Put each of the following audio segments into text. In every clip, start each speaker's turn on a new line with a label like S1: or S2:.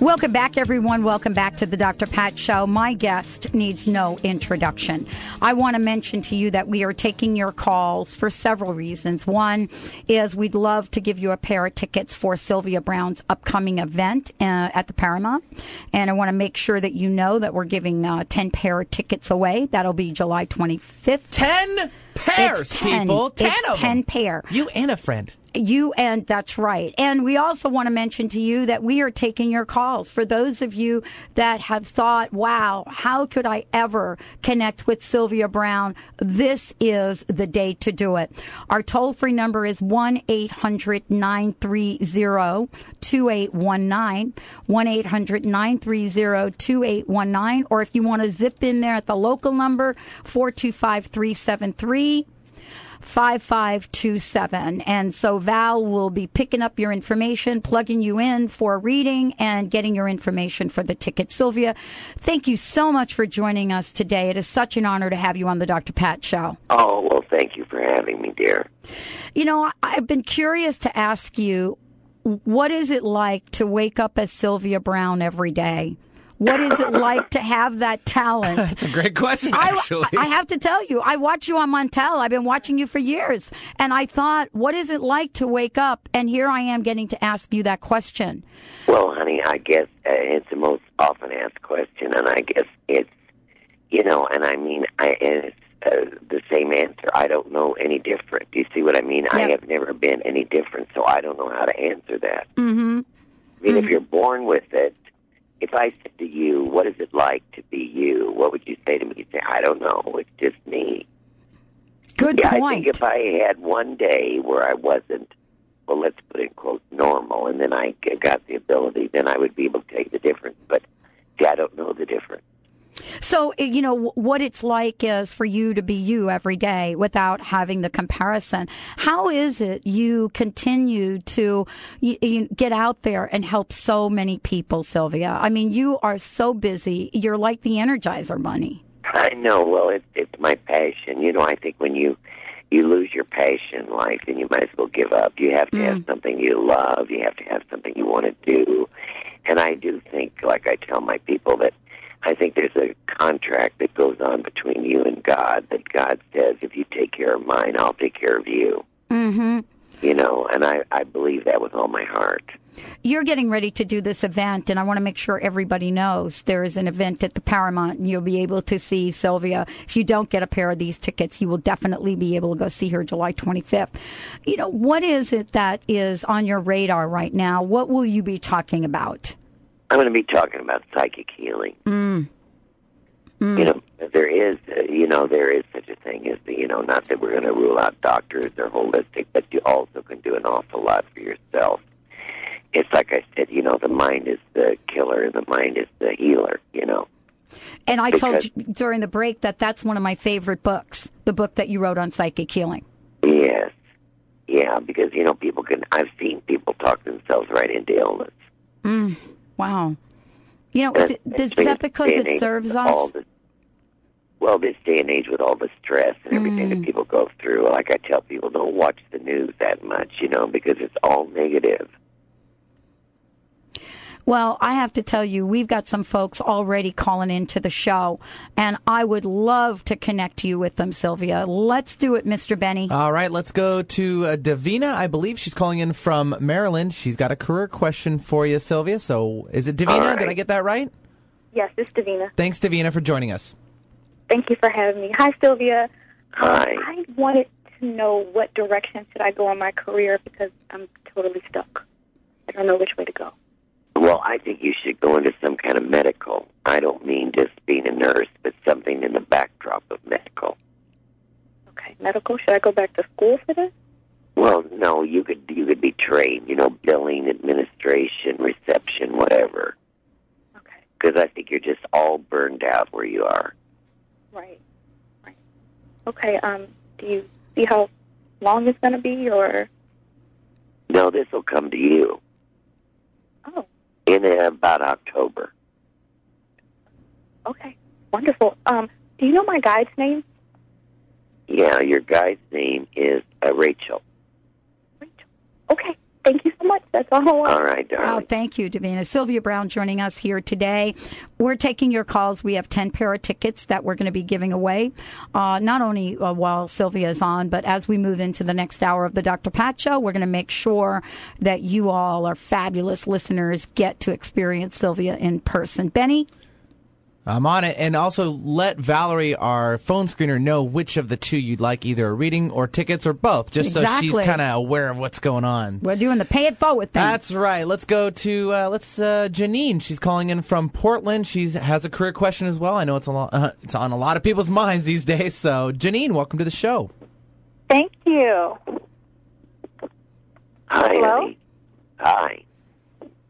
S1: Welcome back, everyone. Welcome back to the Dr. Pat Show. My guest needs no introduction. I want to mention to you that we are taking your calls for several reasons. One is we'd love to give you a pair of tickets for Sylvia Brown's upcoming event uh, at the Paramount. And I want to make sure that you know that we're giving uh, 10 pair of tickets away. That'll be July 25th.
S2: 10 pairs,
S1: It's 10.
S2: people. 10
S1: It's
S2: of
S1: 10
S2: them.
S1: pair.
S2: You and a friend.
S1: You and that's right. And we also want to mention to you that we are taking your calls. For those of you that have thought, wow, how could I ever connect with Sylvia Brown? This is the day to do it. Our toll free number is 1 800 930 2819. 1 800 930 2819. Or if you want to zip in there at the local number, 425 373. 5527. And so Val will be picking up your information, plugging you in for a reading, and getting your information for the ticket. Sylvia, thank you so much for joining us today. It is such an honor to have you on the Dr. Pat Show.
S3: Oh, well, thank you for having me, dear.
S1: You know, I- I've been curious to ask you what is it like to wake up as Sylvia Brown every day? What is it like to have that talent?
S2: It's a great question,
S1: I,
S2: actually.
S1: I have to tell you, I watch you on Montel. I've been watching you for years. And I thought, what is it like to wake up? And here I am getting to ask you that question.
S3: Well, honey, I guess uh, it's the most often asked question, and I guess it's, you know, and I mean, I, and it's uh, the same answer. I don't know any different. Do you see what I mean? I
S1: Yeah.
S3: have never been any different, so I don't know how to answer that. Mm-hmm. I mean, if you're born with it, if I said to you, what is it like to be you? What would you say to me? You'd say, I don't know. It's just me.
S1: Good
S3: Yeah, I
S1: point.
S3: think if I had one day where I wasn't, well, let's put it in quotes, normal, and then I g- got the ability, then I would be able to take the difference. But see, I don't know the difference.
S1: so, eh, you know, wh- what it's like is for you to be you every day without having the comparison. How is it you continue to y y get out there and help so many people, Sylvia? I mean, you are so busy. You're like the Energizer Bunny.
S3: I know. Well, it's it's my passion. You know, I think when you you lose your passion in life, and you might as well give up. You have to have something you love. You have to have something you want to do. And I do think, like I tell my people, that I think there's a contract that goes on between you and God. That God says, if you take care of mine, I'll take care of you. Mm-hmm. You know, and I I believe that with all my heart.
S1: you're getting ready to do this event, and I want to make sure everybody knows there is an event at the Paramount, and you'll be able to see Sylvia. If you don't get a pair of these tickets, you will definitely be able to go see her July 25th. You know, what is it that is on your radar right now? What will you be talking about?
S3: I'm going to be talking about psychic healing. Mm. You know, there is, uh, you know, there is such a thing as the, you know, not that we're going to rule out doctors or holistic, but you also can do an awful lot for yourself. It's like I said, you know, the mind is the killer, the mind is the healer. You know,
S1: And I told
S3: Because-
S1: you during the break that that's one of my favorite books, the book that you wrote on psychic healing.
S3: yes, yeah, because you know, people can. I've seen people talk themselves right into illness.
S1: Wow. You know, d-
S3: That-
S1: is
S3: thing
S1: that
S3: is
S1: because
S3: day and
S1: it
S3: age
S1: serves
S3: with all
S1: us?
S3: the- well, this day and age with all the stress and everything
S1: Mm.
S3: that people go through, like I tell people, don't watch the news that much, you know, because it's all negative.
S1: Well, I have to tell you, we've got some folks already calling into the show, and I would love to connect you with them, Sylvia. Let's do it, Mr. Benny.
S2: All right, let's go to uh, Davina. I believe she's calling in from Maryland. She's got a career question for you, Sylvia. So, is it Davina?
S3: All right.
S2: Did I get that right?
S4: Yes, it's Davina.
S2: Thanks, Davina, for joining us.
S4: Thank you for having me. Hi, Sylvia. Um,
S3: Hi.
S4: I wanted to know what direction should I go in my career because I'm totally stuck. I don't know which way to go.
S3: Well, I think you should go into some kind of medical. I don't mean just being a nurse, but something in the backdrop of medical.
S4: Okay, medical. Should I go back to school for this?
S3: Well, no, you could you could be trained, you know, billing, administration, reception, whatever.
S4: Okay,
S3: Because I think you're just all burned out where you are.
S4: right, right. Okay. Um, do you see how long it's going to be, or
S3: No, this will come to you.
S4: oh,
S3: in uh, about October.
S4: okay, wonderful. Um, do you know my guide's name?
S3: yeah, your guy's name is uh, Rachel.
S4: Okay. Thank you so much. That's all I want.
S3: All right,
S1: Oh,
S5: um,
S3: darling.
S1: thank you, Davina. Sylvia Brown joining us here today. We're taking your calls. We have 10 pair of tickets that we're going to be giving away, uh, not only uh, while Sylvia is on, but as we move into the next hour of the Dr. Pat Show, we're going to make sure that you all, our fabulous listeners, get to experience Sylvia in person. Benny?
S2: I'm on it. And also let Valerie, our phone screener, know which of the two you'd like either a reading or tickets or both, just so
S1: Exactly.
S2: she's kind of aware of what's going on.
S1: We're doing the pay it forward thing.
S2: That's right. Let's go to uh, let's uh, Janine. She's calling in from Portland. She has a career question as well. I know it's a lot. Uh, it's on a lot of people's minds these days. So Janine, welcome to the show.
S5: Thank you.
S3: Hi,
S5: Hello?
S3: honey. Hi.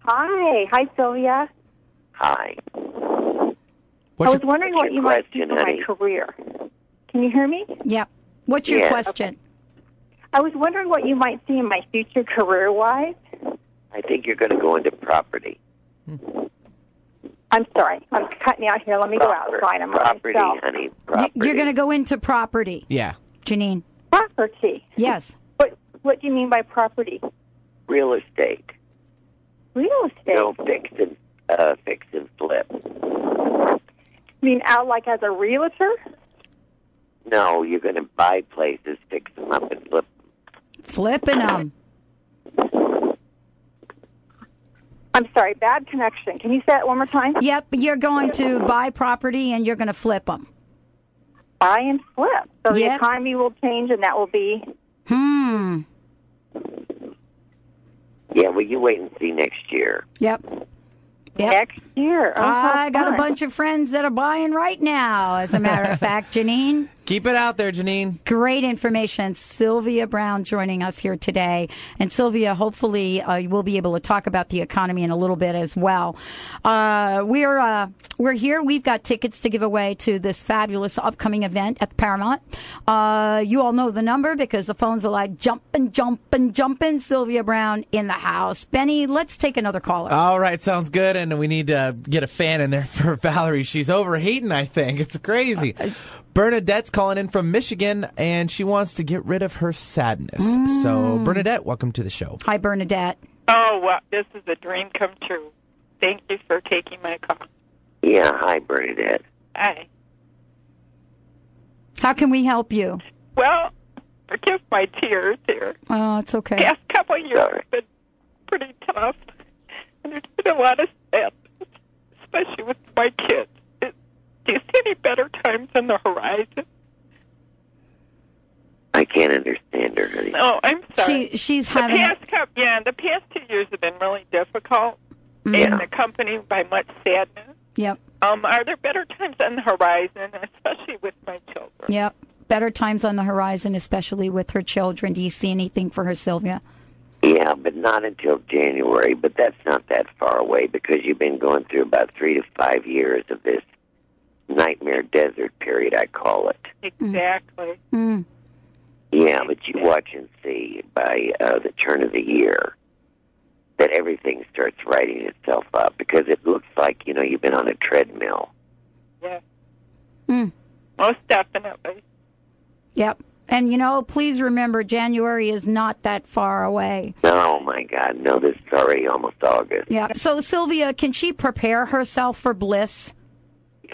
S5: Hi. Hi, Sylvia.
S3: Hi.
S5: I
S2: What's
S5: was
S2: your-
S5: wondering
S3: what's
S5: what
S3: your
S5: you might do
S3: question,
S5: for
S3: honey?
S5: my career. Can you hear me?
S1: yep. What's your
S3: Yeah.
S1: question?
S5: I was wondering what you might see in my future career wise.
S3: I think you're going to go into property.
S5: I'm sorry. I'm cutting out here. Let me go
S3: Proper-
S5: outside. I'm by
S3: property,
S5: myself.
S3: honey.
S1: Y-
S3: Property.
S1: You're going to go into property,
S2: yeah.
S1: Janine.
S5: Property.
S1: Yes.
S5: What What do you mean by property?
S3: real estate.
S5: Real estate.
S3: No fix and uh, fix and flip.
S5: You mean out like as a realtor?
S3: No, you're going to buy places, fix them up, and flip. 'em.
S1: Flipping them.
S5: I'm sorry. Bad connection. Can you say it one more time?
S1: Yep. You're going to buy property and you're going to flip them.
S5: Buy and flip.
S1: Yep.
S5: So the economy will change, and that will be
S1: Hmm.
S3: Yeah, well, you wait and see next year.
S1: Yep. Yep.
S5: next year. Oh, how
S1: I got a
S5: fun.
S1: bunch of friends that are buying right now, as a matter of fact, Janine.
S2: Keep it out there, Janine.
S1: Great information. Sylvia Brown joining us here today. And Sylvia, hopefully, uh, we'll be able to talk about the economy in a little bit as well. Uh, we're, uh, we're here. We've got tickets to give away to this fabulous upcoming event at the Paramount. Uh, you all know the number because the phones are like jumping, jumping, jumping. Sylvia Brown in the house. Benny, let's take another caller.
S6: Uh,
S2: All right, sounds good. And we need to get a fan in there for Valerie. She's overheating, I think. It's crazy. Bernadette's calling in from Michigan, and she wants to get rid of her sadness.
S5: Mm.
S2: So, Bernadette, welcome to the show.
S1: Hi, Bernadette.
S6: Oh, wow. This is a dream come true. Thank you for taking my call.
S3: Yeah, hi, Bernadette.
S6: Hi.
S1: How can we help you?
S6: Well, forgive my tears here.
S1: Oh, it's okay.
S6: Past couple of years
S3: Sorry.
S6: have been pretty tough, and there's been a lot of sadness, especially with my kids. It, do you see any better times on the horizon?
S3: I can't understand her, honey.
S6: No, I'm sorry.
S1: She she's
S6: the
S1: having
S6: past couple, yeah, the past two years have been really difficult, and accompanied by much sadness.
S1: yep
S6: Um, are there better times on the horizon, especially with my children?
S1: yep better times on the horizon, especially with her children. Do you see anything for her, Sylvia?
S3: Yeah, but not until January. But that's not that far away because you've been going through about three to five years of this nightmare desert period, I call it.
S6: Exactly.
S1: Mm.
S3: Yeah, but you watch and see by uh, the turn of the year that everything starts writing itself up because it looks like you know you've been on a treadmill.
S6: Yes,
S1: Mm.
S6: most definitely.
S1: Yep. And you know, please remember, January is not that far away.
S3: Oh my God, no, this is already almost August.
S1: Yeah. So, Sylvia, can she prepare herself for bliss?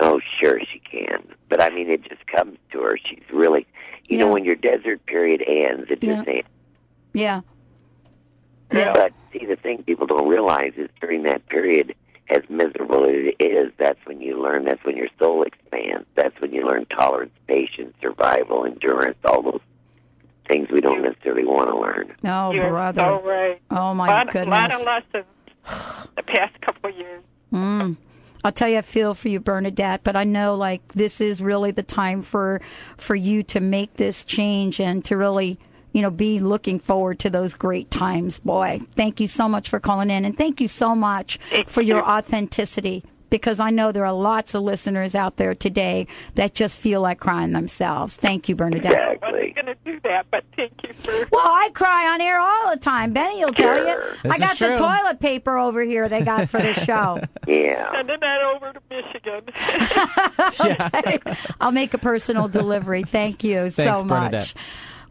S3: Oh, sure she can, but I mean it just comes to her. She's really, you
S1: Yeah.
S3: know, when your desert period ends, it just
S1: Yeah.
S3: ends.
S1: Yeah.
S3: But see, the thing people don't realize is during that period, as miserable as it is, that's when you learn. That's when your soul expands. That's when you learn tolerance, patience, survival, endurance, all those things we don't necessarily want to learn.
S1: Oh,
S6: You're
S1: brother.
S6: so right.
S1: Oh my
S6: lot,
S1: goodness.
S6: lot of lessons the past couple of years.
S1: Mm. I'll tell you, I feel for you, Bernadette, but I know like this is really the time for for you to make this change and to really, you know, be looking forward to those great times. Boy, thank you so much for calling in, and thank you so much for your authenticity because I know there are lots of listeners out there today that just feel like crying themselves. Thank you, Bernadette.
S3: Exactly. Absolutely.
S7: I'm not going to do that, but thank you for.
S1: Well, I cry on air all the time. Benny will tell you.
S2: This
S1: I
S2: is
S1: got the
S2: true.
S1: toilet paper over here they got for the show.
S3: Yeah.
S7: Sending that over to Michigan.
S1: I'll make a personal delivery. Thank you
S2: Thanks,
S1: so much.
S2: Bernadette.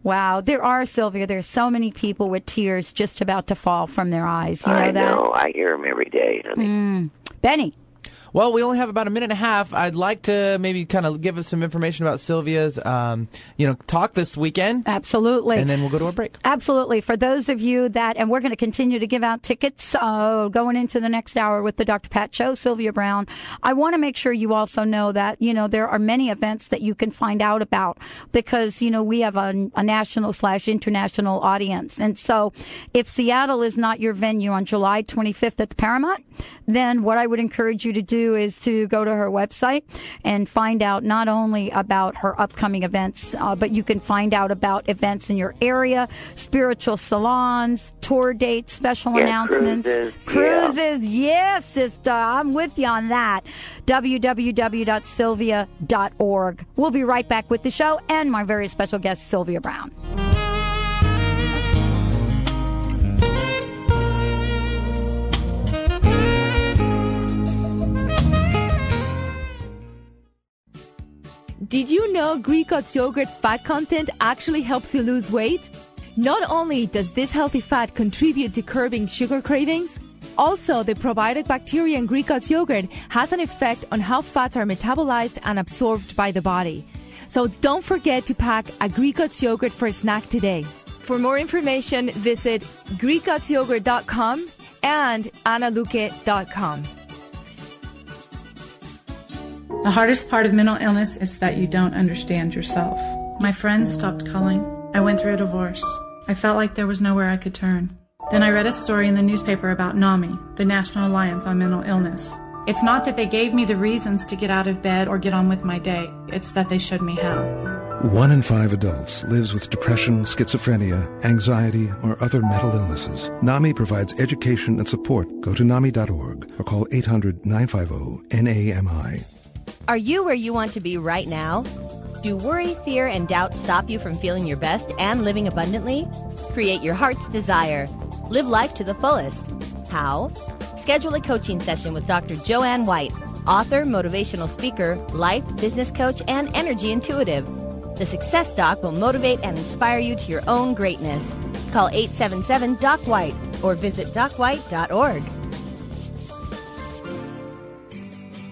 S1: Wow, there are Sylvia. There's so many people with tears just about to fall from their eyes. You know
S3: I
S1: that,
S3: know. I hear them every day, honey.
S1: Benny.
S2: Well, we only have about a minute and a half. I'd like to maybe kind of give us some information about Sylvia's, um, you know, talk this weekend,
S1: Absolutely.
S2: and then we'll go to a break.
S1: Absolutely. For those of you that, and we're going to continue to give out tickets uh, going into the next hour with the Dr. Pat Show, Sylvia Brown. I want to make sure you also know that, you know, there are many events that you can find out about because, you know, we have a, a national slash international audience. And so if Seattle is not your venue on July 25th at the Paramount, then what I would encourage you to do is to go to her website and find out not only about her upcoming events, uh, but you can find out about events in your area, spiritual salons, tour dates, special
S3: Yeah,
S1: announcements,
S3: cruises, yeah.
S1: cruises. Yes, sister, I'm with you on that. www.sylvia.org. We'll be right back with the show and my very special guest, Sylvia Brown.
S8: Did you know Greek God's yogurt fat content actually helps you lose weight? Not only does this healthy fat contribute to curbing sugar cravings, also the probiotic bacteria in Greek God's yogurt has an effect on how fats are metabolized and absorbed by the body. So don't forget to pack a Greek God's yogurt for a snack today. For more information, visit greekgodsyogurt.com and analuke.com.
S9: The hardest part of mental illness is that you don't understand yourself. My friends stopped calling. I went through a divorce. I felt like there was nowhere I could turn. Then I read a story in the newspaper about NAMI, the National Alliance on Mental Illness. It's not that they gave me the reasons to get out of bed or get on with my day, it's that they showed me how.
S10: One in five adults lives with depression, schizophrenia, anxiety, or other mental illnesses. NAMI provides education and support. Go to NAMI.org or call 800 950 NAMI.
S11: Are you where you want to be right now? Do worry, fear, and doubt stop you from feeling your best and living abundantly? Create your heart's desire. Live life to the fullest. How? Schedule a coaching session with Dr. Joanne White, author, motivational speaker, life, business coach, and energy intuitive. The Success Doc will motivate and inspire you to your own greatness. Call 877 Doc White or visit docwhite.org.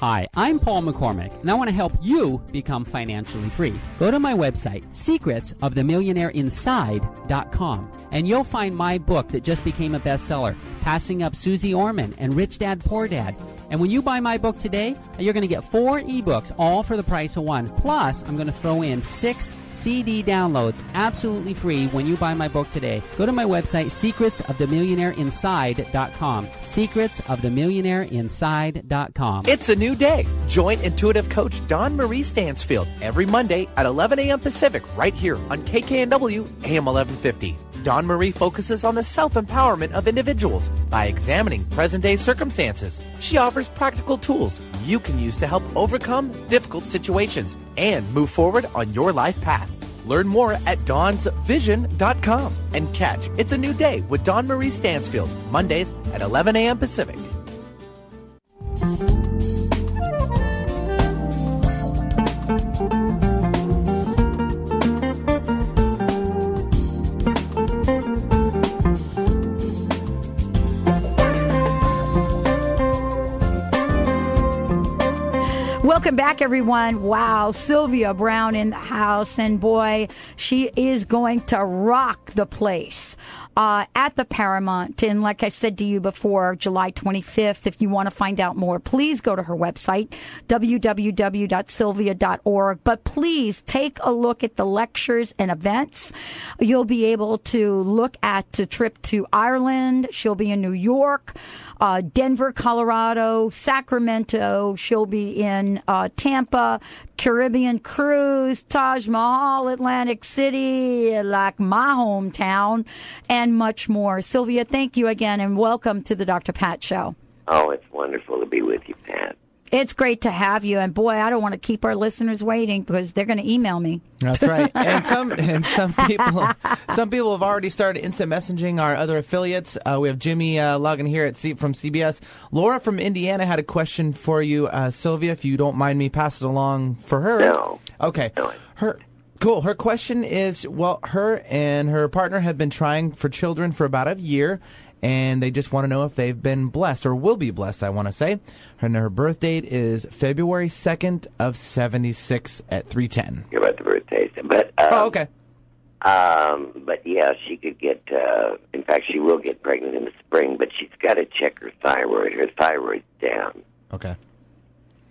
S12: Hi, I'm Paul McCormick, and I want to help you become financially free. Go to my website, secretsofthemillionaireinside.com, and you'll find my book that just became a bestseller, Passing Up Susie Orman and Rich Dad Poor Dad. And when you buy my book today, you're going to get four ebooks, all for the price of one. Plus, I'm going to throw in six CD downloads absolutely free when you buy my book today. Go to my website, secretsofthemillionaireinside.com. Secretsofthemillionaireinside.com.
S2: It's a new day. Join intuitive coach Don Marie Stansfield every Monday at 11 a.m. Pacific right here on KKNW AM 1150. Don Marie focuses on the self empowerment of individuals by examining present day circumstances. She offers practical tools you can use to help overcome difficult situations and move forward on your life path. Learn more at dawnsvision.com and catch It's a New Day with Don Marie Stansfield, Mondays at 11 a.m. Pacific.
S1: Welcome back, everyone. Wow, Sylvia Brown in the house, and boy, she is going to rock the place. uh, at the Paramount. And like I said to you before, July 25th, if you want to find out more, please go to her website, www.sylvia.org. But please take a look at the lectures and events. You'll be able to look at the trip to Ireland. She'll be in New York, uh, Denver, Colorado, Sacramento. She'll be in uh, Tampa, Caribbean cruise, Taj Mahal, Atlantic City, like my hometown, and much more. Sylvia, thank you again and welcome to the Dr. Pat Show.
S3: Oh, it's wonderful to be with you, Pat.
S1: It's great to have you. And boy, I don't want to keep our listeners waiting because they're going to email me.
S2: That's right. And some and some people some people have already started instant messaging our other affiliates. Uh, we have Jimmy uh, logging here at C- from CBS. Laura from Indiana had a question for you, uh, Sylvia. If you don't mind me passing it along for her.
S3: No.
S2: Okay. Her cool. Her question is: Well, her and her partner have been trying for children for about a year. And they just want to know if they've been blessed or will be blessed. I want to say, and her birth date is February second of seventy six at three ten.
S3: You're about the birthdays, but um,
S2: oh, okay.
S3: Um, but yeah, she could get. Uh, in fact, she will get pregnant in the spring, but she's got to check her thyroid. Her thyroid's down.
S2: Okay.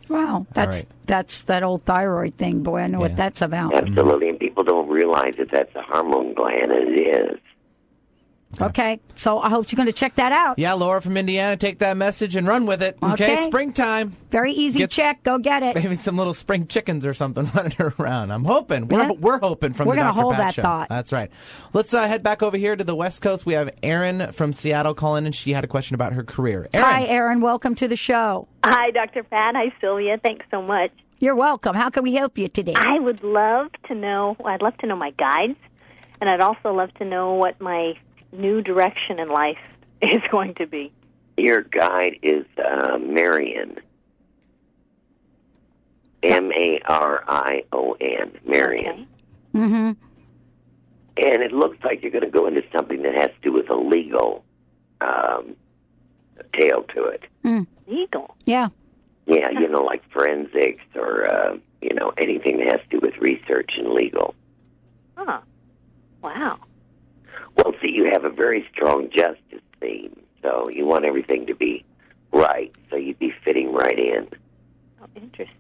S1: Wow, that's
S3: right.
S1: that's that old thyroid thing, boy. I know what that's about.
S3: Absolutely, and people don't realize that that's a hormone gland, and it is.
S1: Okay, so I hope you're going to check that out.
S2: Yeah, Laura from Indiana, take that message and run with it. Okay,
S1: Okay.
S2: springtime.
S1: Very easy
S2: Get-
S1: check. Go get it.
S2: Maybe some little spring chickens or something running around. I'm hoping. We're,
S1: Yeah.
S2: we're hoping from
S1: We're
S2: the
S1: gonna
S2: Dr.
S1: hold
S2: Pat
S1: that
S2: Show.
S1: thought.
S2: That's right. Let's uh, head back over here to the West Coast. We have Erin from Seattle calling, and she had a question about her career. Erin,
S1: Hi, Aaron. Welcome to the show.
S13: Hi, Dr. Pat. Hi, Sylvia. Thanks so much.
S1: You're welcome. How can we help you today?
S13: I would love to know, well, I'd love to know my guides, and I'd also love to know what my new direction in life is going to be.
S3: Your guide is uh, Marion. M A R I O N, Marion.
S1: Mm-hmm.
S3: And it looks like you're going to go into something that has to do with a legal um, tail to it.
S13: Legal.
S1: Yeah.
S3: Yeah, you know, like forensics or, uh, you know, anything that has to do with research and legal.
S13: Huh. Wow.
S3: Well, see, you have a very strong justice theme, so you want everything to be right, so you'd be fitting right in.
S13: Oh, interesting.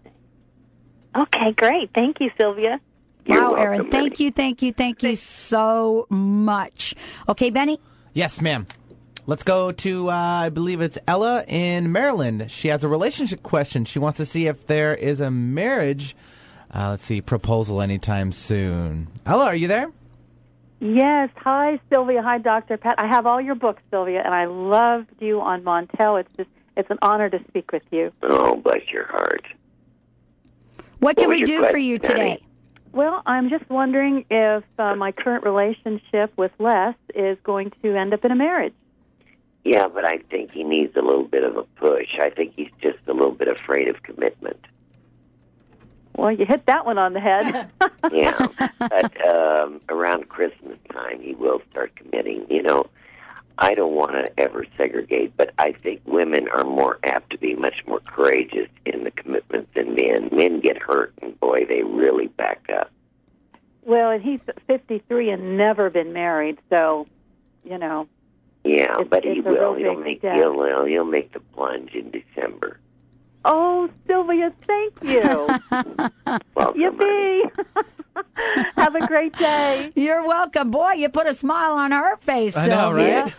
S13: Okay, great. Thank you, Sylvia.
S1: wow, Aaron. Thank you, thank you, thank you so much. Okay, Benny.
S2: Yes, ma'am. Let's go to, uh, I believe it's Ella in Maryland. She has a relationship question. She wants to see if there is a marriage, uh, let's see, proposal anytime soon. Ella, are you there?
S14: Yes. Hi, Sylvia. Hi, Dr. Pat. I have all your books, Sylvia, and I loved you on Montel. It's just, it's an honor to speak with you.
S3: Oh, bless your heart.
S1: What
S14: can
S3: was
S14: we
S3: your
S14: do for
S3: question,
S14: you
S3: Patty?
S14: Well, I'm just wondering if uh, my current relationship with Les is going to end up in a marriage.
S3: Yeah, but I think he needs a little bit of a push. I think he's just a little bit afraid of commitment.
S14: Well, you hit that one on the head.
S3: Yeah, but um, around Christmas time, he will start committing. You know, I don't want to ever segregate, but I think women are more apt to be much more courageous in the commitment than men. Men get hurt, and boy, they really back up.
S14: well, and he's 53 and never been married, so you know.
S3: Yeah,
S14: It's-
S3: but he
S14: it's a real
S3: will. He'll
S14: big
S3: make
S14: step.
S3: he'll, he'll he'll make the plunge in December.
S14: Oh, Sylvia, thank you. Yippee! Have a great day.
S1: You're welcome. Boy, you put a smile on her face,
S2: I know,
S1: Sylvia.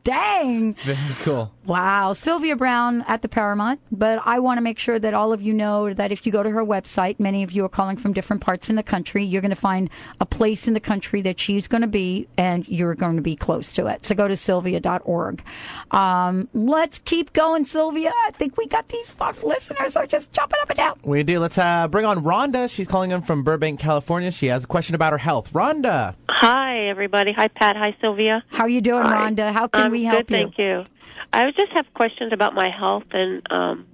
S1: Dang.
S2: Very cool.
S1: Wow. Sylvia Brown at the Paramount. But I want to make sure that all of you know that if you go to her website, many of you are calling from different parts in the country. You're going to find a place in the country that she's going to be, and you're going to be close to it. So go to sylvia.org. Um, let's keep going, Sylvia. I think we got these fuck listeners are just jumping up and down.
S2: We do. Let's uh, bring on Rhonda. She's calling in from Burbank, California. She has a question about her health. Rhonda.
S15: Hi, everybody. Hi, Pat. Hi, Sylvia.
S1: How are you doing, Rhonda? How can
S15: I'm
S1: we help
S15: Um, good,
S1: you?
S15: Thank you. I would just have questions about my health and um,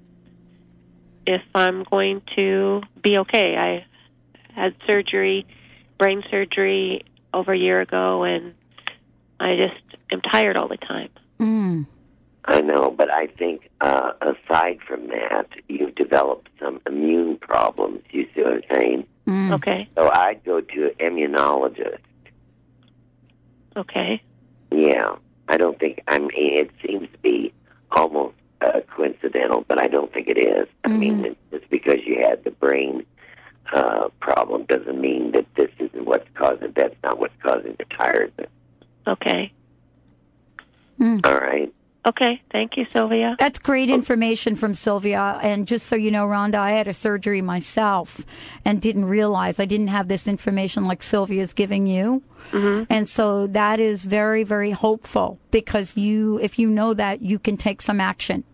S15: if I'm going to be okay. I had surgery, brain surgery over a year ago, and I just am tired all the time.
S1: Mm.
S3: I know, but I think uh, aside from that, you've developed some immune problems. You see what I'm saying?
S1: Mm.
S15: Okay.
S3: So I'd go to an immunologist.
S15: Okay.
S3: Yeah, I don't think. I mean, it seems to be almost uh, coincidental, but I don't think it is. I
S1: Mm-hmm.
S3: mean, it- just because you had the brain uh, problem doesn't mean that this isn't what's causing. That's not what's causing the tiredness.
S15: Okay.
S1: Mm.
S3: All right.
S15: Okay. Thank you, Sylvia.
S1: That's great information from Sylvia. And just so you know, Rhonda, I had a surgery myself and didn't realize I didn't have this information like Sylvia's giving you.
S15: Mm-hmm.
S1: And so that is very, very hopeful because you, if you know that, you can take some action.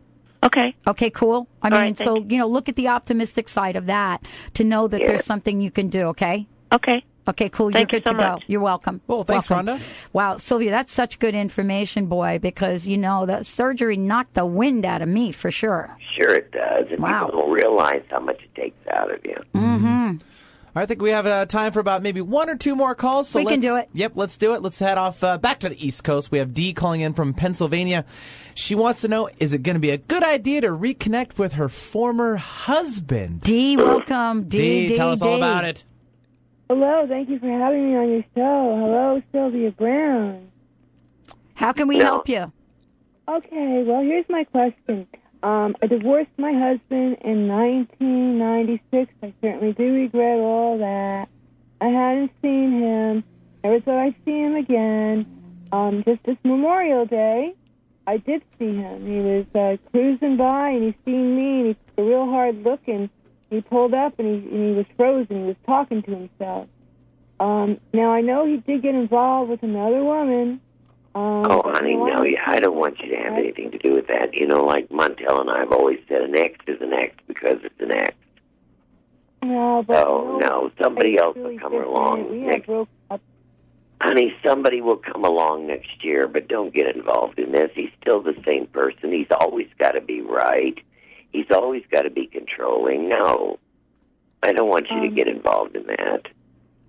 S15: Okay.
S1: Okay, cool. I
S15: All
S1: mean,
S15: right,
S1: so,
S15: thank
S1: you know, look at the optimistic side of that to know that there's something you can do, okay?
S15: Okay.
S1: Okay, cool.
S15: Thank you
S1: You're good
S15: so
S1: to go.
S15: much.
S1: You're welcome.
S2: Well, thanks,
S1: welcome.
S2: Rhonda.
S1: Wow, Sylvia, that's such good information, boy, because, you know, that surgery knocked the wind out of me for sure.
S3: Sure, it does, and
S1: Wow.
S3: people don't realize how much it takes out of you.
S1: Mm-hmm.
S2: I think we have uh, time for about maybe one or two more calls. So
S1: We can
S2: let's-
S1: do it.
S2: Yep, let's do it. Let's head off uh, back to the East Coast. We have Dee calling in from Pennsylvania. She wants to know: Is it going to be a good idea to reconnect with her former husband?
S1: Dee, welcome.
S2: Dee,
S1: Dee, Dee,
S2: tell us all
S1: Dee.
S2: about it.
S8: Hello, thank you for having me on your show. Hello, Sylvia Brown.
S1: How can we
S8: No.
S1: help you?
S8: Okay, well, here's my question. Um, I divorced my husband in 1996. I certainly do regret all that. I hadn't seen him. Never thought I'd see him again. Um, just this Memorial Day, I did see him. He was uh, cruising by, and he seen me, and he took a real hard look, and he pulled up, and he, and he was frozen. He was talking to himself. Um, now, I know he did get involved with another woman. Um,
S3: Oh,
S8: but
S3: honey,
S8: you know,
S3: no, yeah, I don't want you to have anything to do with that. You know, like Montel and I have always said, an ex is an ex because it's an ex.
S8: No, but
S3: Oh no, somebody else will come along next.
S8: broke up.
S3: Honey, somebody will come along next year, but don't get involved in this. He's still the same person. He's always got to be right. He's always got to be controlling. No, I don't want you
S1: Um,
S3: to get involved in that.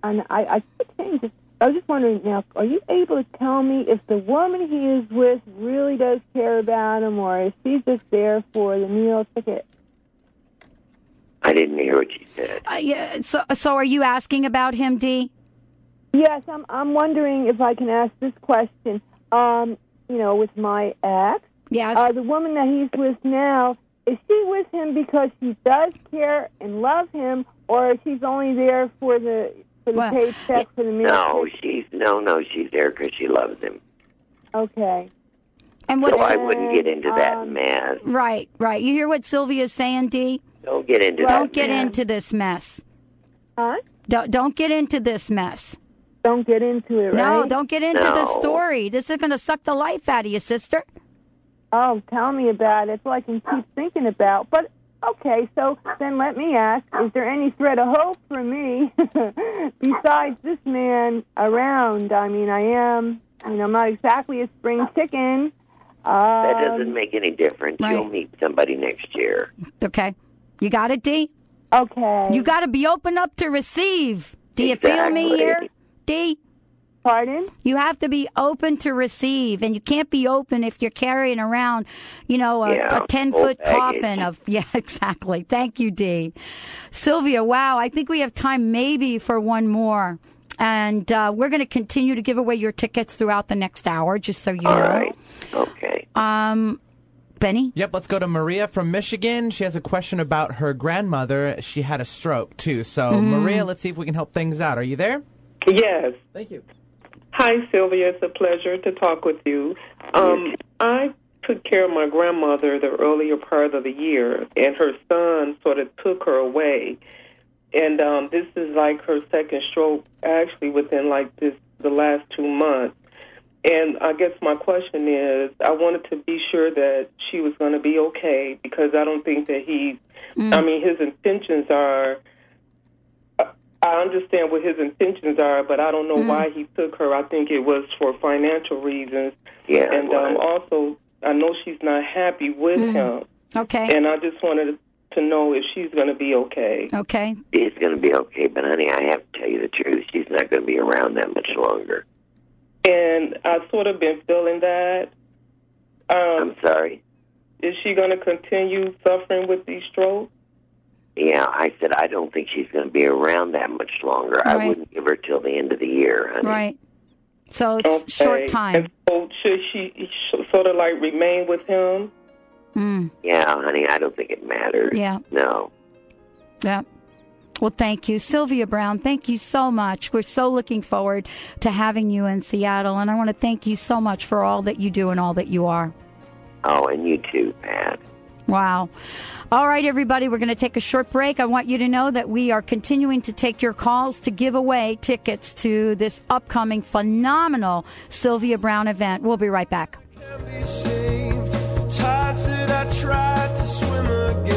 S8: And I, I keep saying this. I was just wondering now, are you able to tell me if the woman he is with really does care about him or if she's just there for the meal ticket?
S3: I didn't hear what you said.
S1: Uh, yeah, so, so are you asking about him, Dee?
S8: Yes, I'm, I'm wondering if I can ask this question. Um, you know, with my ex.
S1: Yes.
S8: Uh, the woman that he's with now, is she with him because she does care and love him or she's only there for the for the paid check for the meal
S3: No,
S8: ticket?
S3: she's no, no. She's there because she loves him.
S8: Okay.
S1: And
S3: So
S1: what's
S3: I wouldn't get into that
S1: um,
S3: mess.
S1: Right, right. You hear what Sylvia's saying, Dee?
S3: Don't get into that.
S1: Don't get
S3: mess.
S1: into this mess.
S8: Huh?
S1: Don't, don't get into this mess.
S8: Don't get into it,
S1: No,
S8: right?
S1: don't get into this
S8: No.
S1: story. This is going to suck the life out of you, sister.
S8: Oh, tell me about it so I can keep thinking about. But okay, so then let me ask: Is there any thread of hope for me besides this man around? I mean, I am, you know, I'm not exactly a spring chicken. Um,
S3: That doesn't make any difference. You'll meet somebody next year.
S1: Okay. You got it, Dee?
S8: Okay.
S1: You got to be open up to receive. Do you feel me
S3: Exactly.
S1: here, Dee?
S8: Pardon?
S1: You have to be open to receive, and you can't be open if you're carrying around, you know, a-
S8: Yeah,
S1: a ten foot
S8: full baggage.
S1: coffin of. Yeah, exactly. Thank you, Dee. Sylvia, wow, I think we have time maybe for one more. And uh, we're going to continue to give away your tickets throughout the next hour, just so you know.
S3: Okay.
S1: Um, Benny?
S2: Yep, let's go to Maria from Michigan. She has a question about her grandmother. She had a stroke too. So,
S1: Mm-hmm.
S16: Mm.
S2: Maria, let's see if we can help things out. Are you there?
S16: Yes.
S2: Thank you.
S16: Hi, Sylvia. It's a pleasure to talk with you. Um, I took care of my grandmother the earlier part of the year, and her son sort of took her away. And um, this is like her second stroke, actually, within like this the last two months. And I guess my question is, I wanted to be sure that she was going to be okay because I don't think that he, I
S2: Mm.
S16: mean, his intentions are I understand what his intentions are, but I don't know why he took her. I think it was for financial reasons.
S3: Yeah,
S16: and
S3: it
S16: um,
S3: was.
S16: also, I know she's not happy with him.
S1: Okay.
S16: And I just wanted to know if she's going to be okay.
S1: Okay.
S3: She's going to be okay, but honey, I have to tell you the truth. She's not going to be around that much longer.
S16: And I've sort of been feeling that. Um,
S3: I'm sorry.
S16: is she going to continue suffering with these strokes?
S3: Yeah, I said I don't think she's going to be around that much longer. I
S16: Right.
S3: wouldn't give her till the end of the year, honey.
S1: Right. So it's short time.
S16: And so should she sh- sort of like remain with him?
S1: Mm,
S3: Yeah, honey, I don't think it matters.
S1: Yeah.
S3: No.
S1: yeah. Well, thank you, Sylvia Brown. Thank you so much. We're so looking forward to having you in Seattle, and I want to thank you so much for all that you do and all that you are.
S3: Oh, and you too, Pat.
S1: Wow. All right, everybody, we're going to take a short break. I want you to know that we are continuing to take your calls to give away tickets to this upcoming phenomenal Sylvia Brown event. We'll be right back.
S17: Tides that I tried to swim against. Oh,